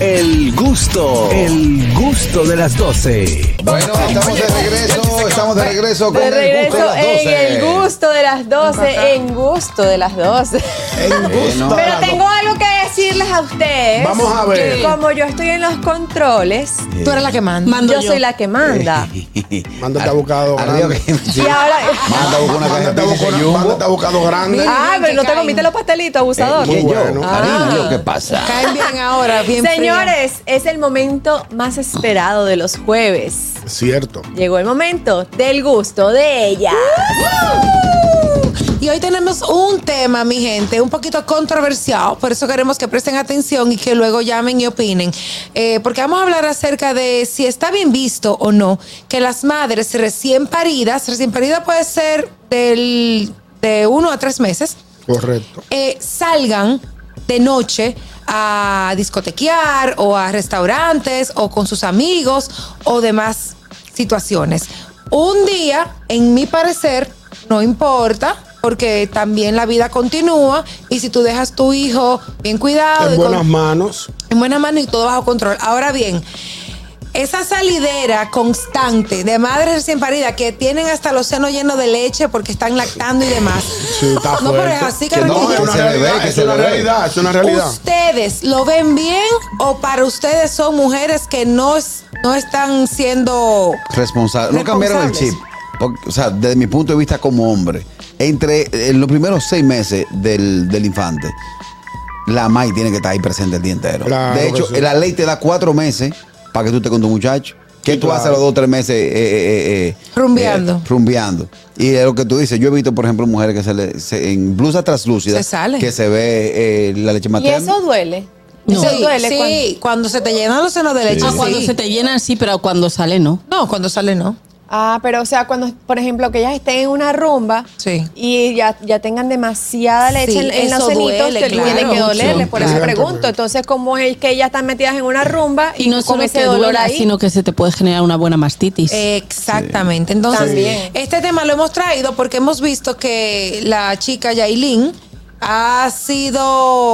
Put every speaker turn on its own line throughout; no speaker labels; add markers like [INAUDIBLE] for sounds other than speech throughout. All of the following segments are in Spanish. El gusto, el gusto de las 12.
Bueno, estamos de regreso, estamos de regreso con
De
el gusto
regreso
de las 12.
en el gusto de las 12, en gusto de las 12. [LAUGHS]
El gusto de
Pero
las
tengo algo que decirles a ustedes.
Vamos a ver.
Que Como yo estoy en los controles,
Tú eres la que manda.
Mando
yo soy la que manda.
Mándate a buscado
doce.
grande.
Arriba que-
Y ahora.
Manda a buscar una caja
Mándate
de
a
pizza y
buscado-
jumbo.
mándate a buscado grande.
[LAUGHS] Ah, pero no te comiste los pastelitos, abusador.
¿Qué yo?
bueno.
Karina,
Ah.
¿yo ¿qué pasa?
Caen bien ahora, bien
Señores, es el momento más esperado de los jueves.
Cierto.
Llegó el momento del gusto de ella.
fría. Y hoy tenemos un tema, mi gente, un poquito controversial, por eso queremos que presten atención y que luego llamen y opinen. Eh, porque vamos a hablar acerca de si está bien visto o no que las madres recién paridas, recién parida puede ser del, de uno a tres meses,
Correcto.
eh, salgan de noche a discotequear o a restaurantes o con sus amigos o demás situaciones. Un día, en mi parecer, no importa porque también la vida continúa y si tú dejas tu hijo bien cuidado
En
y con-
buenas manos.
en buena mano y todo bajo control. Ahora bien, esa salidera constante de madres recién paridas que tienen hasta los senos llenos de leche porque están lactando y demás.
Sí, está
no, pero es
fuerte.
así,
Que no, que
Carolina.
es una
se le ve,
realidad,
que
es
se
una
le ve.
realidad, es una realidad.
¿Ustedes lo ven bien o para ustedes son mujeres que no, es- no están siendo...
Responsable. No cambiaron el chip.
Responsables.
Porque, o sea, desde mi punto de vista como hombre, entre en los primeros seis meses del, del infante, la MAI tiene que estar ahí presente el día entero.
Claro
de
que
hecho,
sí.
la ley te da cuatro meses para que tú estés con tu muchacho. ¿Qué tú
claro.
haces a los dos o tres meses? eh, eh, eh, eh,
Rumbeando.
eh, rumbeando. Y es lo que tú dices. Yo he visto, por ejemplo, mujeres que se, le, se- en blusa traslúcida
Se sale.
que se ve eh, la leche
Y
materna.
eso duele.
No.
Eso
Sí,
duele
sí,
cuando-
cuando... se te llenan los senos de leche.
Ah,
sí.
cuando se te llenan, sí, pero cuando sale, no.
No, cuando sale no.
Ah, pero o sea, cuando, por ejemplo, que ellas estén en una rumba
Sí.
y ya, ya tengan demasiada leche
Sí,
en, en
eso
los cenitos,
duele,
te
claro.
tiene que dolerle.
Sí,
Por eso
claro.
pregunto. Entonces, ¿cómo es que ellas están metidas en una rumba y,
Y no
con
solo
ese
que
dolor
duela,
ahí?
sino que se te puede generar una buena mastitis.
Eh, Exactamente. Entonces,
También.
este tema lo hemos traído porque hemos visto que la chica Yailin ha sido,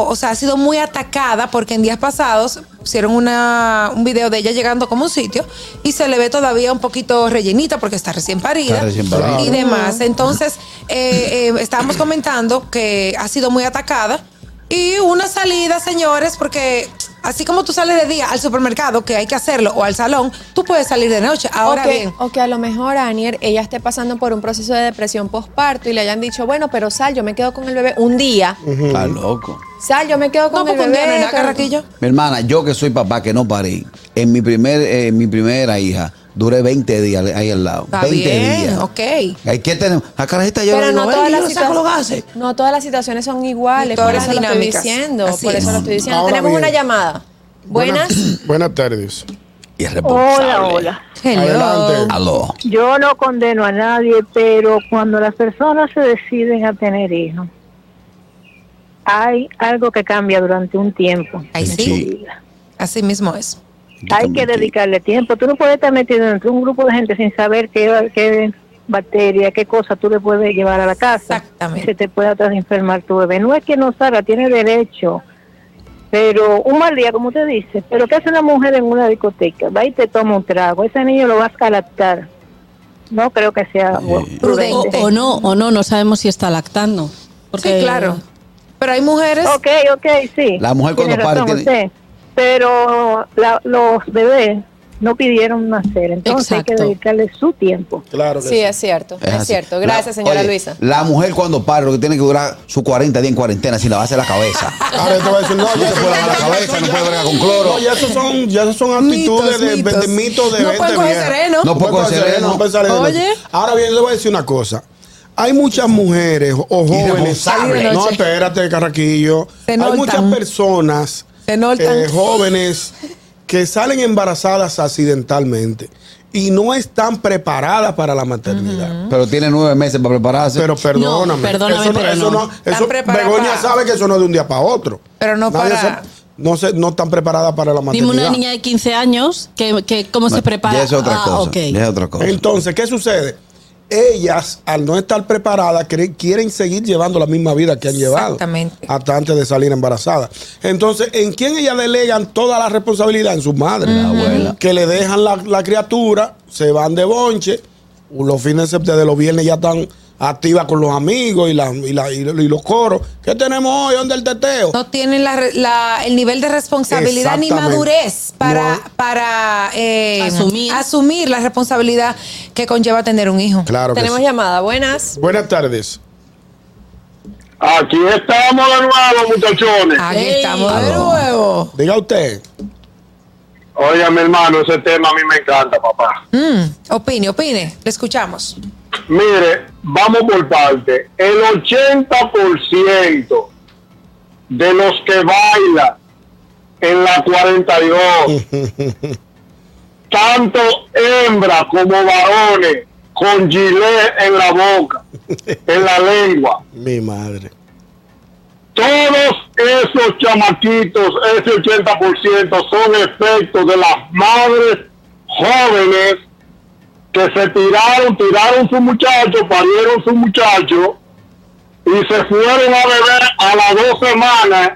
o sea, ha sido muy atacada porque en días pasados pusieron una, un video de ella llegando como un sitio y se le ve todavía un poquito rellenita porque está recién parida.
Está recién parida.
Y demás. Entonces, eh, eh, estábamos comentando que ha sido muy atacada. Y una salida, señores, porque así como tú sales de día al supermercado, que hay que hacerlo, o al salón, tú puedes salir de noche. Ahora
o que,
bien.
o que a lo mejor Anier, ella esté pasando por un proceso de depresión postparto y le hayan dicho, bueno, pero sal, yo me quedo con el bebé un día.
Está loco.
Sal, yo me quedo con
No,
el
porque un
bebé.
día no era
pero-
carraquillo.
Mi hermana, yo que soy papá que no parí, en mi primer, eh, en mi primera hija, duré 20 días ahí al lado.
Está
20
bien,
días.
ok.
Hay que tener. La carajita yo
Pero
le digo,
no
"Ven,
todas,
yo
las
le saco los gases.
situaciones, no todas las situaciones son iguales,
Todas
por
las
eso lo estoy
dinámicas.
diciendo,
Así
por
es.
eso lo estoy diciendo.
Ahora
Tenemos
bien.
una llamada. Buenas.
Buenas tardes.
Y es responsable.
Hola, hola.
Hello.
Adelante.
Aló.
Yo no condeno a nadie, pero cuando las personas se deciden a tener hijos, hay algo que cambia durante un tiempo.
Ahí sí.
Sí.
Así mismo es.
Hay que dedicarle tiempo. Tú no puedes estar metido dentro de un grupo de gente sin saber qué, qué bacteria, qué cosa tú le puedes llevar a la casa.
Exactamente.
Se te puede atrás enfermar tu bebé. No es que no salga, tiene derecho. Pero un mal día, como te dice, pero ¿qué hace una mujer en una discoteca? Va y te toma un trago. Ese niño lo vas a lactar. No creo que sea bueno,
Prudente.
O,
prudente.
o no, o no, no sabemos si está lactando. Porque
Sí, claro. Pero hay mujeres.
Ok, ok, sí.
La mujer cuando
Tiene
pare
razón
tiene-
usted. Pero la- los bebés no pidieron nacer, entonces hay que
Exacto.
dedicarle su tiempo.
Claro que
Sí, es cierto, es,
así.
cierto.
La-
Gracias, señora
oye,
Luisa.
La mujer cuando pare, lo que tiene que durar sus 40 días en cuarentena sin lavarse la cabeza.
Ahora yo te voy a decir, no,
No
ya
se
eso-
puede lavar la cabeza, no puede bregar con cloro.
No, ya esos son, ya esos son
Mitos,
actitudes de- de,
mitos.
de mitos de
No
gente
pueden coger
vieja.
sereno.
No pueden coger sereno.
no pueden sereno.
Oye.
Ahora bien, yo te voy a decir una cosa. Hay muchas mujeres o jóvenes.
Irresponsable.
No, espérate, Carraquillo.
Se
Hay
notan.
muchas personas
Se notan.
eh, jóvenes que salen embarazadas accidentalmente y no están preparadas para la maternidad.
Pero tiene nueve meses para prepararse.
Pero perdóname.
perdóname,
eso, no-
pero
eso
no.
no-
Están
eso-
preparadas
Begoña
para-
sabe que eso no es de un día para otro.
Pero no
Nadie
para-
se- no, se, no están preparadas para la
Dime
maternidad.
una niña de 15 años que, que cómo
No,
se prepara.
Ya es otra
Ah,
cosa.
ok.
Ya es otra cosa.
Entonces, ¿qué sucede? ellas, al no estar preparadas, cre- quieren seguir llevando la misma vida que han llevado.
Exactamente.
Hasta antes de salir embarazadas. Entonces, ¿en quién ellas delegan toda la responsabilidad? En sus madres.
abuela.
Que le dejan la, la criatura, se van de bonche, los fines de sep- desde los viernes ya están activas con los amigos y, la- y, la- y lo- y los coros. ¿Qué tenemos hoy? ¿Dónde el teteo?
No tienen la re- la- el nivel de responsabilidad ni
Exactamente.
madurez para,
No.
para eh,
Asumir.
asumir la responsabilidad que conlleva tener un hijo.
Claro que
Tenemos
sí.
llamada, buenas.
Buenas tardes.
Aquí estamos de nuevo, muchachones.
Aquí
Ey.
estamos de
Aló.
nuevo.
Diga [LAUGHS] usted.
Oiga, mi hermano, ese tema a mí me encanta, papá.
Mm, opine, opine. Le escuchamos.
Mire, vamos por parte. El 80% de los que bailan en la
[LAUGHS]
42, tanto hembra como varones, con gilet en la boca, en la lengua.
Mi madre.
Todos esos chamaquitos, ese 80%, son efectos de las madres jóvenes que se tiraron, tiraron su muchacho, parieron su muchacho y se fueron a beber a las dos semanas.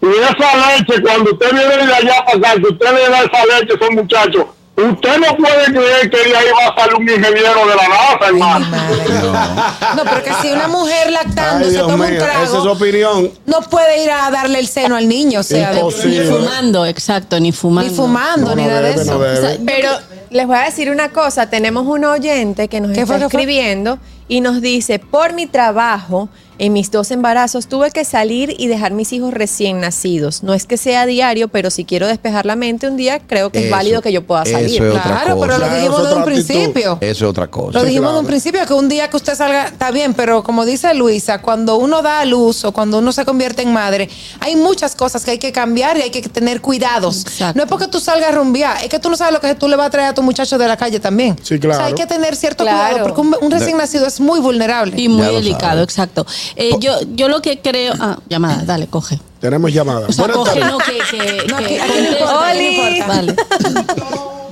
Y esa leche, cuando usted viene de allá para acá, que usted le da esa leche a esos muchachos, usted no puede creer que de ahí va a salir un ingeniero de la NASA,
Ay, mi
hermano.
madre. No, porque si una mujer lactando
Ay,
se
Dios
toma un
mío,
trago,
Esa es su opinión.
no puede ir a darle el seno al niño, o sea, de-
Ni
Imposible. Sí,
fumando, exacto, ni fumando.
ni fumando,
No,
ni
no
nada de
debe,
eso.
no debe.
O sea,
Pero les voy a decir una cosa, tenemos un oyente que nos
¿Qué
está
fue, qué fue?
escribiendo y nos dice, por mi trabajo, en mis dos embarazos tuve que salir y dejar mis hijos recién nacidos. No es que sea diario, pero si quiero despejar la mente un día, creo que es
Eso,
válido que yo pueda
eso
salir.
es otra
Claro, pero lo
cosa.
dijimos de un
Claro, es otra actitud.
principio.
Eso es otra cosa.
Lo dijimos de un
claro.
principio, que un día que usted salga, está bien, pero como dice Luisa, cuando uno da a luz o cuando uno se convierte en madre, hay muchas cosas que hay que cambiar y hay que tener cuidados.
Exacto.
No es porque tú salgas a rumbear, es que tú no sabes lo que tú le vas a traer a tu muchacho de la calle también.
Sí, claro.
O sea, hay que tener cierto
Claro.
cuidado, porque un, un recién nacido es muy vulnerable.
Y muy
Ya lo
delicado,
sabes.
exacto. Eh, yo, yo lo que creo. Ah, llamada, dale, coge.
Tenemos llamada.
O sea,
Buenas
coge,
tardes.
no, que. que,
No,
que
aquí- aquí no importa, aquí no
Oli.
importa.
Vale.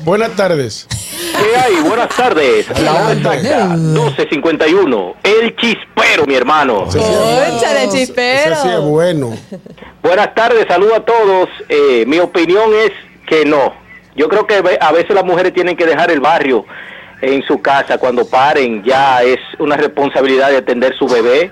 Buenas tardes.
¿Qué hay? Buenas tardes. La hora exacta, 12.51. El chispero, mi hermano.
Cónchale,
Ese
chispero.
sí es bueno.
Buenas tardes, saludo a todos. Eh, mi opinión es que no. Yo creo que ve- a veces las mujeres tienen que dejar el barrio en su casa cuando paren. Ya es una responsabilidad de atender su bebé.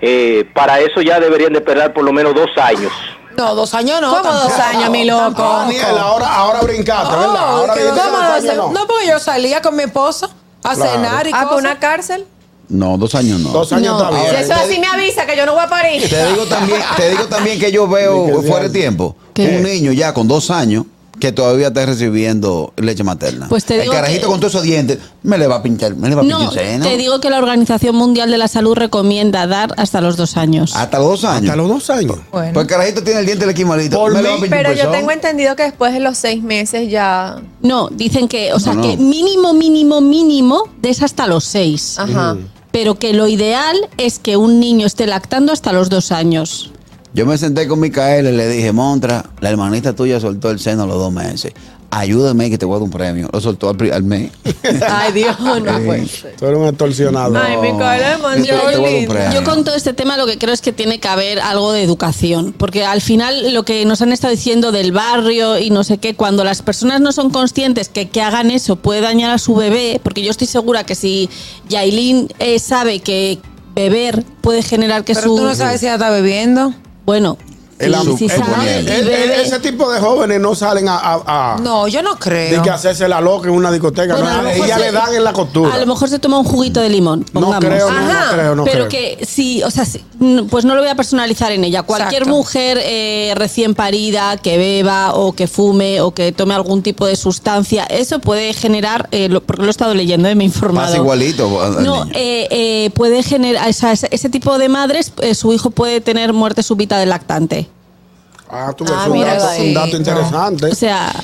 Eh, para eso ya deberían de esperar por lo menos dos años.
No, dos años no.
¿Cómo
tampoco.
dos años, mi loco?
Tampoco.
Daniel, ahora, ahora brincaste, ¿verdad?
Oh,
Ahora
que
dijiste
¿cómo
que
dos
España
años? no, porque yo salía con mi esposo a
Claro.
cenar y
Ah, ¿para
cosas.
una cárcel?
No, dos años no.
Dos años está
Si
bien.
eso así me avisa que yo no voy a parir.
Te digo también, te digo también que yo
Ni que
veo fuera
diablo.
de tiempo
¿Qué?
un niño ya con dos años que todavía está recibiendo leche materna.
Pues te
El
digo
carajito
que-
con todos esos dientes me le va a pinchar, me le va a
No,
pinchar un seno.
te digo que la Organización Mundial de la Salud recomienda dar hasta los dos años.
Hasta los dos años.
Hasta los dos años.
Bueno.
Pues el carajito tiene el diente aquí malito.
Por
me le
mí-
va a pinchar un
Pero yo
pezón.
tengo entendido que después de los seis meses ya...
No, dicen que, o sea,
No, no.
que mínimo, mínimo, mínimo es hasta los seis.
Ajá.
Pero que lo ideal es que un niño esté lactando hasta los dos años.
Yo me senté con Micael y le dije, Montra, la hermanita tuya soltó el seno a los dos meses. Ayúdame que te voy a dar un premio. Lo soltó al, pri- al mes.
Ay, Dios, no puede
Tú eres un extorsionado.
Ay, mi cara de
Yo- yo te voy a
manchón.
comprar.
Yo con todo este tema lo que creo es que tiene que haber algo de educación, porque al final lo que nos han estado diciendo del barrio y no sé qué, cuando las personas no son conscientes que que hagan eso puede dañar a su bebé, porque yo estoy segura que si Yailin eh, sabe que beber puede generar que
Pero
su
tú no sabes si ella está bebiendo.
bueno,
El
sí,
am-
sí
el-
sabe,
el-
y
E- e-
bebe.
ese tipo de jóvenes no salen a, a, a-
No, yo no creo.
de Ah. que hacerse la loca en una discoteca.
Bueno, a
no,
lo mejor
ella
se-
le dan en la costura.
A lo mejor se toma un juguito de limón,
no
pongamos.
creo, no,
Ajá,
no creo, no creo.
pero que sí, o sea, sí, n- pues no lo voy a personalizar en ella. Cualquier
Exacto.
mujer eh, recién parida que beba o que fume o que tome algún tipo de sustancia, eso puede generar, eh, lo- porque lo he estado leyendo, eh, me he informado.
Pasa igualito al- al
No,
niño.
eh, eh, puede generar, o sea, ese, ese tipo de madres, eh, su hijo puede tener muerte súbita del lactante.
Ah, tú ves
Ah,
un,
mira,
dato,
sí,
un dato
no.
interesante.
O sea,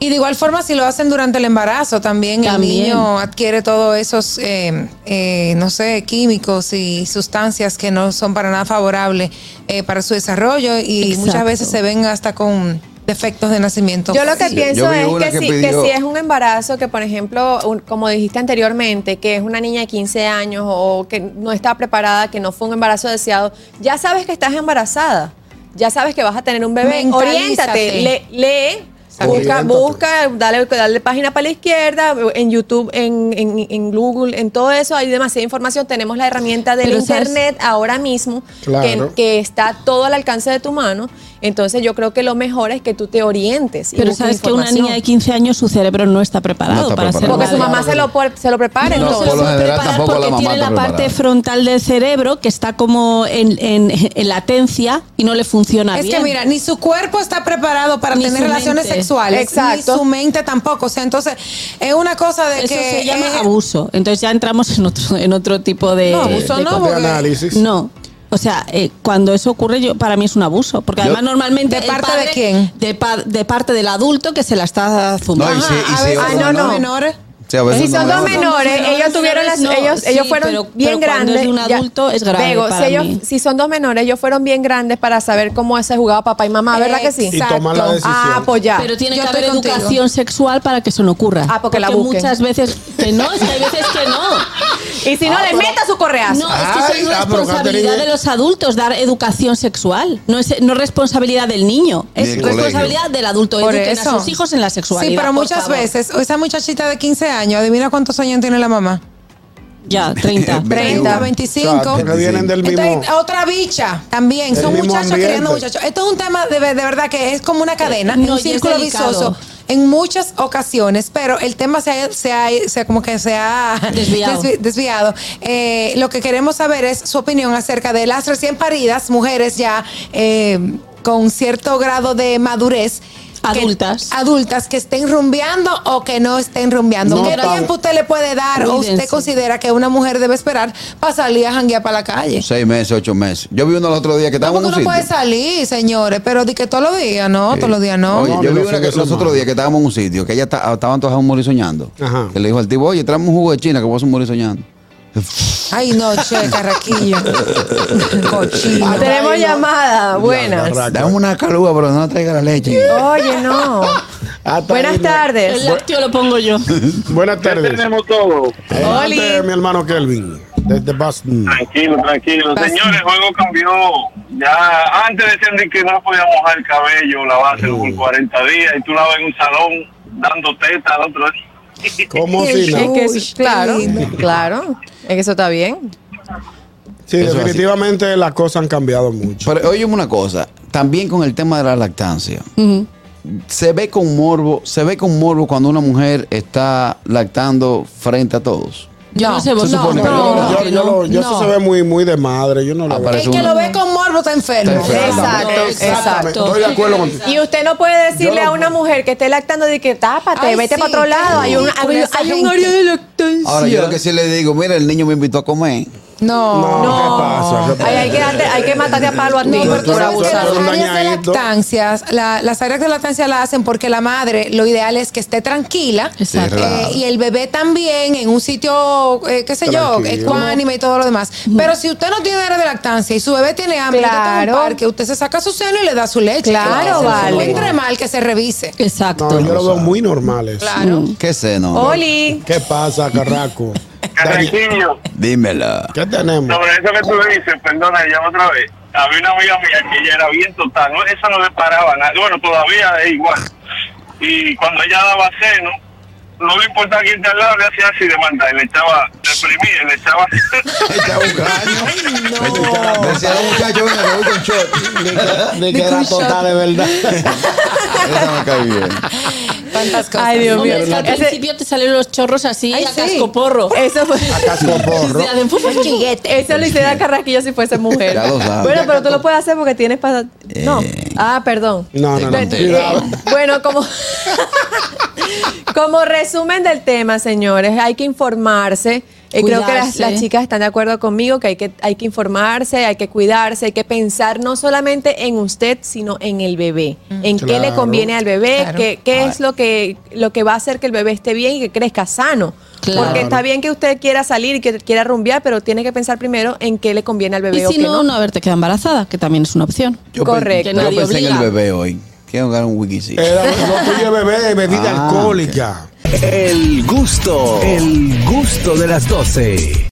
Y de igual forma, si lo hacen durante el embarazo, también,
También.
el niño adquiere todos esos, eh, eh, no sé, químicos y sustancias que no son para nada favorables eh, para su desarrollo y muchas
Exacto.
veces se ven hasta con defectos de nacimiento.
Yo lo que
Sí, yo
pienso
vi una
es que,
que
si, que
pidió-
si es un embarazo que, por ejemplo, un- como dijiste anteriormente, que es una niña de 15 años o que no está preparada, que no fue un embarazo deseado, ya sabes que estás embarazada, ya sabes que vas a tener un bebé.
Mentalízate.
Oriéntate, le- lee. Busca,
Oriéntate.
busca, dale, dale página para la izquierda, en YouTube, en, en- en Google, en todo eso hay demasiada información. Tenemos la herramienta del
Pero, ¿sabes?
Internet ahora mismo
Claro.
que, que está todo al alcance de tu mano. Entonces yo creo que lo mejor es que tú te orientes. y
Pero
busques
sabes que una
información.
niña de 15 años su cerebro no está preparado
No está
para ser
preparado.
Porque su
madre.
mamá se lo, por- se lo prepara.
No,
entonces.
por lo general
preparar
tampoco
porque
la mamá
tiene
está
la parte
preparada.
frontal del cerebro que está como en, en- en latencia y no le funciona
Es
Ah, bien.
que mira, ni su cuerpo está preparado para
Ni
tener
su
relaciones
mente.
sexuales,
Exacto.
ni su mente tampoco. O sea, entonces es una cosa de
eso
que
se llama
eh,
abuso. Entonces ya entramos en otro en otro tipo de
No, abuso
de
no,
cosas.
de
porque-
análisis.
Ah, No. O sea, eh, cuando eso ocurre, yo para mí es un abuso. Porque
Yo-
además normalmente...
¿De
el
parte
padre-
de quién?
De, pa- de parte del adulto que se la está zumbando.
No, y si- y
a
si
veces
otro
Ah, no,
menor.
no, menores.
Sí, a veces
Si son
me
dos
gusta.
menores,
No,
ellos
no,
tuvieron las,
no,
ellos,
sí,
ellos fueron
pero-
bien
pero cuando
grandes.
es de un
ya.
adulto es grave
Vego,
para
si, ellos-
mí.
si son dos menores, ellos fueron bien grandes para saber cómo se jugaba papá y mamá, ¿verdad que sí?
Y tomar la decisión.
Ah, pues ya.
Pero tiene
Yo
que haber
estoy contigo.
educación sexual para que eso no ocurra.
Ah, porque la busquen.
muchas veces que no, es que hay veces que no.
y si no, le meta su correazo.
Ah, No, es que eso
Ay,
es
ah, pero
responsabilidad
Catherine-
de los adultos dar educación sexual. No es no es responsabilidad del niño,
Ni
es
del
responsabilidad
colegio.
del adulto.
Por
Eduquen
eso.
a sus hijos en la sexualidad.
Sí, pero
por
muchas
favor.
veces, esa muchachita de 15 años, adivina cuántos años tiene la mamá.
[LAUGHS]
Ya, 30.
30,
O
25.
sea, porque vienen del mismo.
Entonces, otra bicha también.
El
Son
mismo
muchachos
ambiente.
criando muchachos. Esto es un tema de, de verdad que es como una cadena,
no,
un
y es
círculo
delicado.
vicioso en muchas ocasiones, pero el tema se ha, se ha- se ha- como que se ha
[LAUGHS] Desviado.
desvi- desviado. Eh, lo que queremos saber es su opinión acerca de las recién paridas, mujeres ya eh, con cierto grado de madurez. que-
Adultas.
adultas que estén rumbeando o que no estén rumbeando.
No
¿Qué
tan-
tiempo usted le puede dar o usted
Cuídense.
considera que una mujer debe esperar para salir a janguear para la calle?
Seis meses, ocho meses. Yo vi uno el otro día que
No,
estábamos
porque
en un
uno puede
sitio.
salir, señores, pero di que todos los días, no, todos los días no.
Oye,
No,
yo
ni
vi
los
una que
fines de
los otros
semana.
días que estábamos en un sitio, que ella está- estaban todas a un morir soñando.
Ajá.
Que le dijo al tipo, oye, tráeme un jugo de China que voy a hacer un morir soñando.
Ay, no,
[LAUGHS]
che, carraquillo. Cochino.
Ah, Tenemos llamada. Buenas.
Raca.
Dame una calúa, pero no traiga la leche.
Oye, no.
Hasta ahí
Buenas
no.
El
tardes.
lácteo lo pongo yo.
Buenas tardes.
tenemos todo.
Oli.
Adelante, mi hermano Kelvin. Desde Boston.
Tranquilo, tranquilo. Señores, el juego cambió. Ya antes decían que no podía mojar el cabello, lavarse por 40 días y tú la ves en un salón dando teta al otro día.
¿Cómo
El
si
Es
no?
show.
que
Uy,
es-
qué
claro,
lindo.
claro. Es que eso está bien.
Sí,
Eso es así.
definitivamente las cosas han cambiado
[LAUGHS]
mucho.
Pero oye una cosa, también con el tema de la lactancia. Se ve con morbo, se ve con morbo cuando una mujer está lactando frente a todos.
Yo no,
No,
sé
se
vosotros.
supone que
Yo
no,
lo- yo, yo lo-
no.
yo eso se ve muy, muy de madre. Yo no lo veo.
Aparece
El que
uno.
lo ve con morbo está enfermo.
Está enfermo.
Exacto,
Exactamente.
exacto.
Estoy de acuerdo contigo.
Y usted no puede decirle
Yo lo-
a una mujer que esté lactando de que tápate,
Ay,
vete
sí,
para otro
qué
lado. Hay un,
ridículo
hay-
esa
hay un
gente.
área de lactancia.
Ahora yo lo que sí ¿eh? le digo, mira, el niño me invitó a comer.
No.
No, ¿qué pasa? ¿Qué pasa?
Ay, hay, que darte- hay que matarte a palo a ti
No,
por,
pero tú
por
sabes que
abusar.
las
Pero un
áreas de
dañadito.
lactancias, la- las áreas de lactancia la hacen porque la madre, lo ideal es que esté tranquila.
Exacto.
Sí, relajada.
Eh, y el bebé también en un sitio, eh, qué sé yo,
Tranquilo.
ecuánime y todo lo demás. Pero si usted no tiene área de lactancia y su bebé tiene hambre, y usted está en un
Claro.
parque, usted se saca su seno y le da su leche.
Claro,
Se
vale.
No encuentre mal que se revise.
Exacto.
No, yo lo veo muy normal eso.
Claro.
¿Qué sé, no?
Oli,
¿Qué pasa, Carraco? Dani,
Carraquillo,
Dímela.
¿Qué tenemos?
sobre eso que tú dices, perdona, ya otra vez. Había una amiga mía que ella era bien total, no, esa no le paraba nada. Bueno, todavía es igual. Y cuando ella daba seno, no le importaba quién te al lado, le hacía así de manda, y le echaba, reprimía, y le echaba.
Está [LAUGHS] buscando. Me decía los muchachos, venga, que voy con [LAUGHS] short.
De que era
tota
total de verdad.
[LAUGHS] Esa me cae bien.
Tantas cosas.
Ay, Dios mío.
Hombre, es que al
Ese-
principio te salen los chorros así
Ay,
a
sí.
cascoporro.
eso fue. [LAUGHS]
Se hacen fu- fu- fu- fu-
Eso lo hiciera Carrasquillo si fuese mujer.
Ya lo sabes.
Bueno, pero tú lo puedes hacer porque tienes para. No. Ah, perdón.
No, no, no.
Te
Cuidado.
eh, Bueno, como, como resumen del tema, señores, hay que informarse. Eh, creo que las,
Cuidarse.
las chicas están de acuerdo conmigo que hay, que hay que informarse, hay que cuidarse, hay que pensar no solamente en usted, sino en el bebé.
Mm.
En qué le
Claro.
conviene al bebé,
Claro.
qué, qué es lo que, lo que va a hacer que el bebé esté bien y que crezca sano.
Claro.
Porque está bien que usted quiera salir y que quiera rumbear, pero tiene que pensar primero en qué le conviene al
Y
bebé o
si
qué
no,
no.
no haberte quedado embarazada, que también es una opción.
pen-
Correcto.
Que
Yo
nadie
pensé en el
obliga.
bebé hoy. Quiero jugar un wiki, sí.
Era lo tuyo es bebé, bebida
Ah,
alcohólica.
El gusto, el gusto de las 12.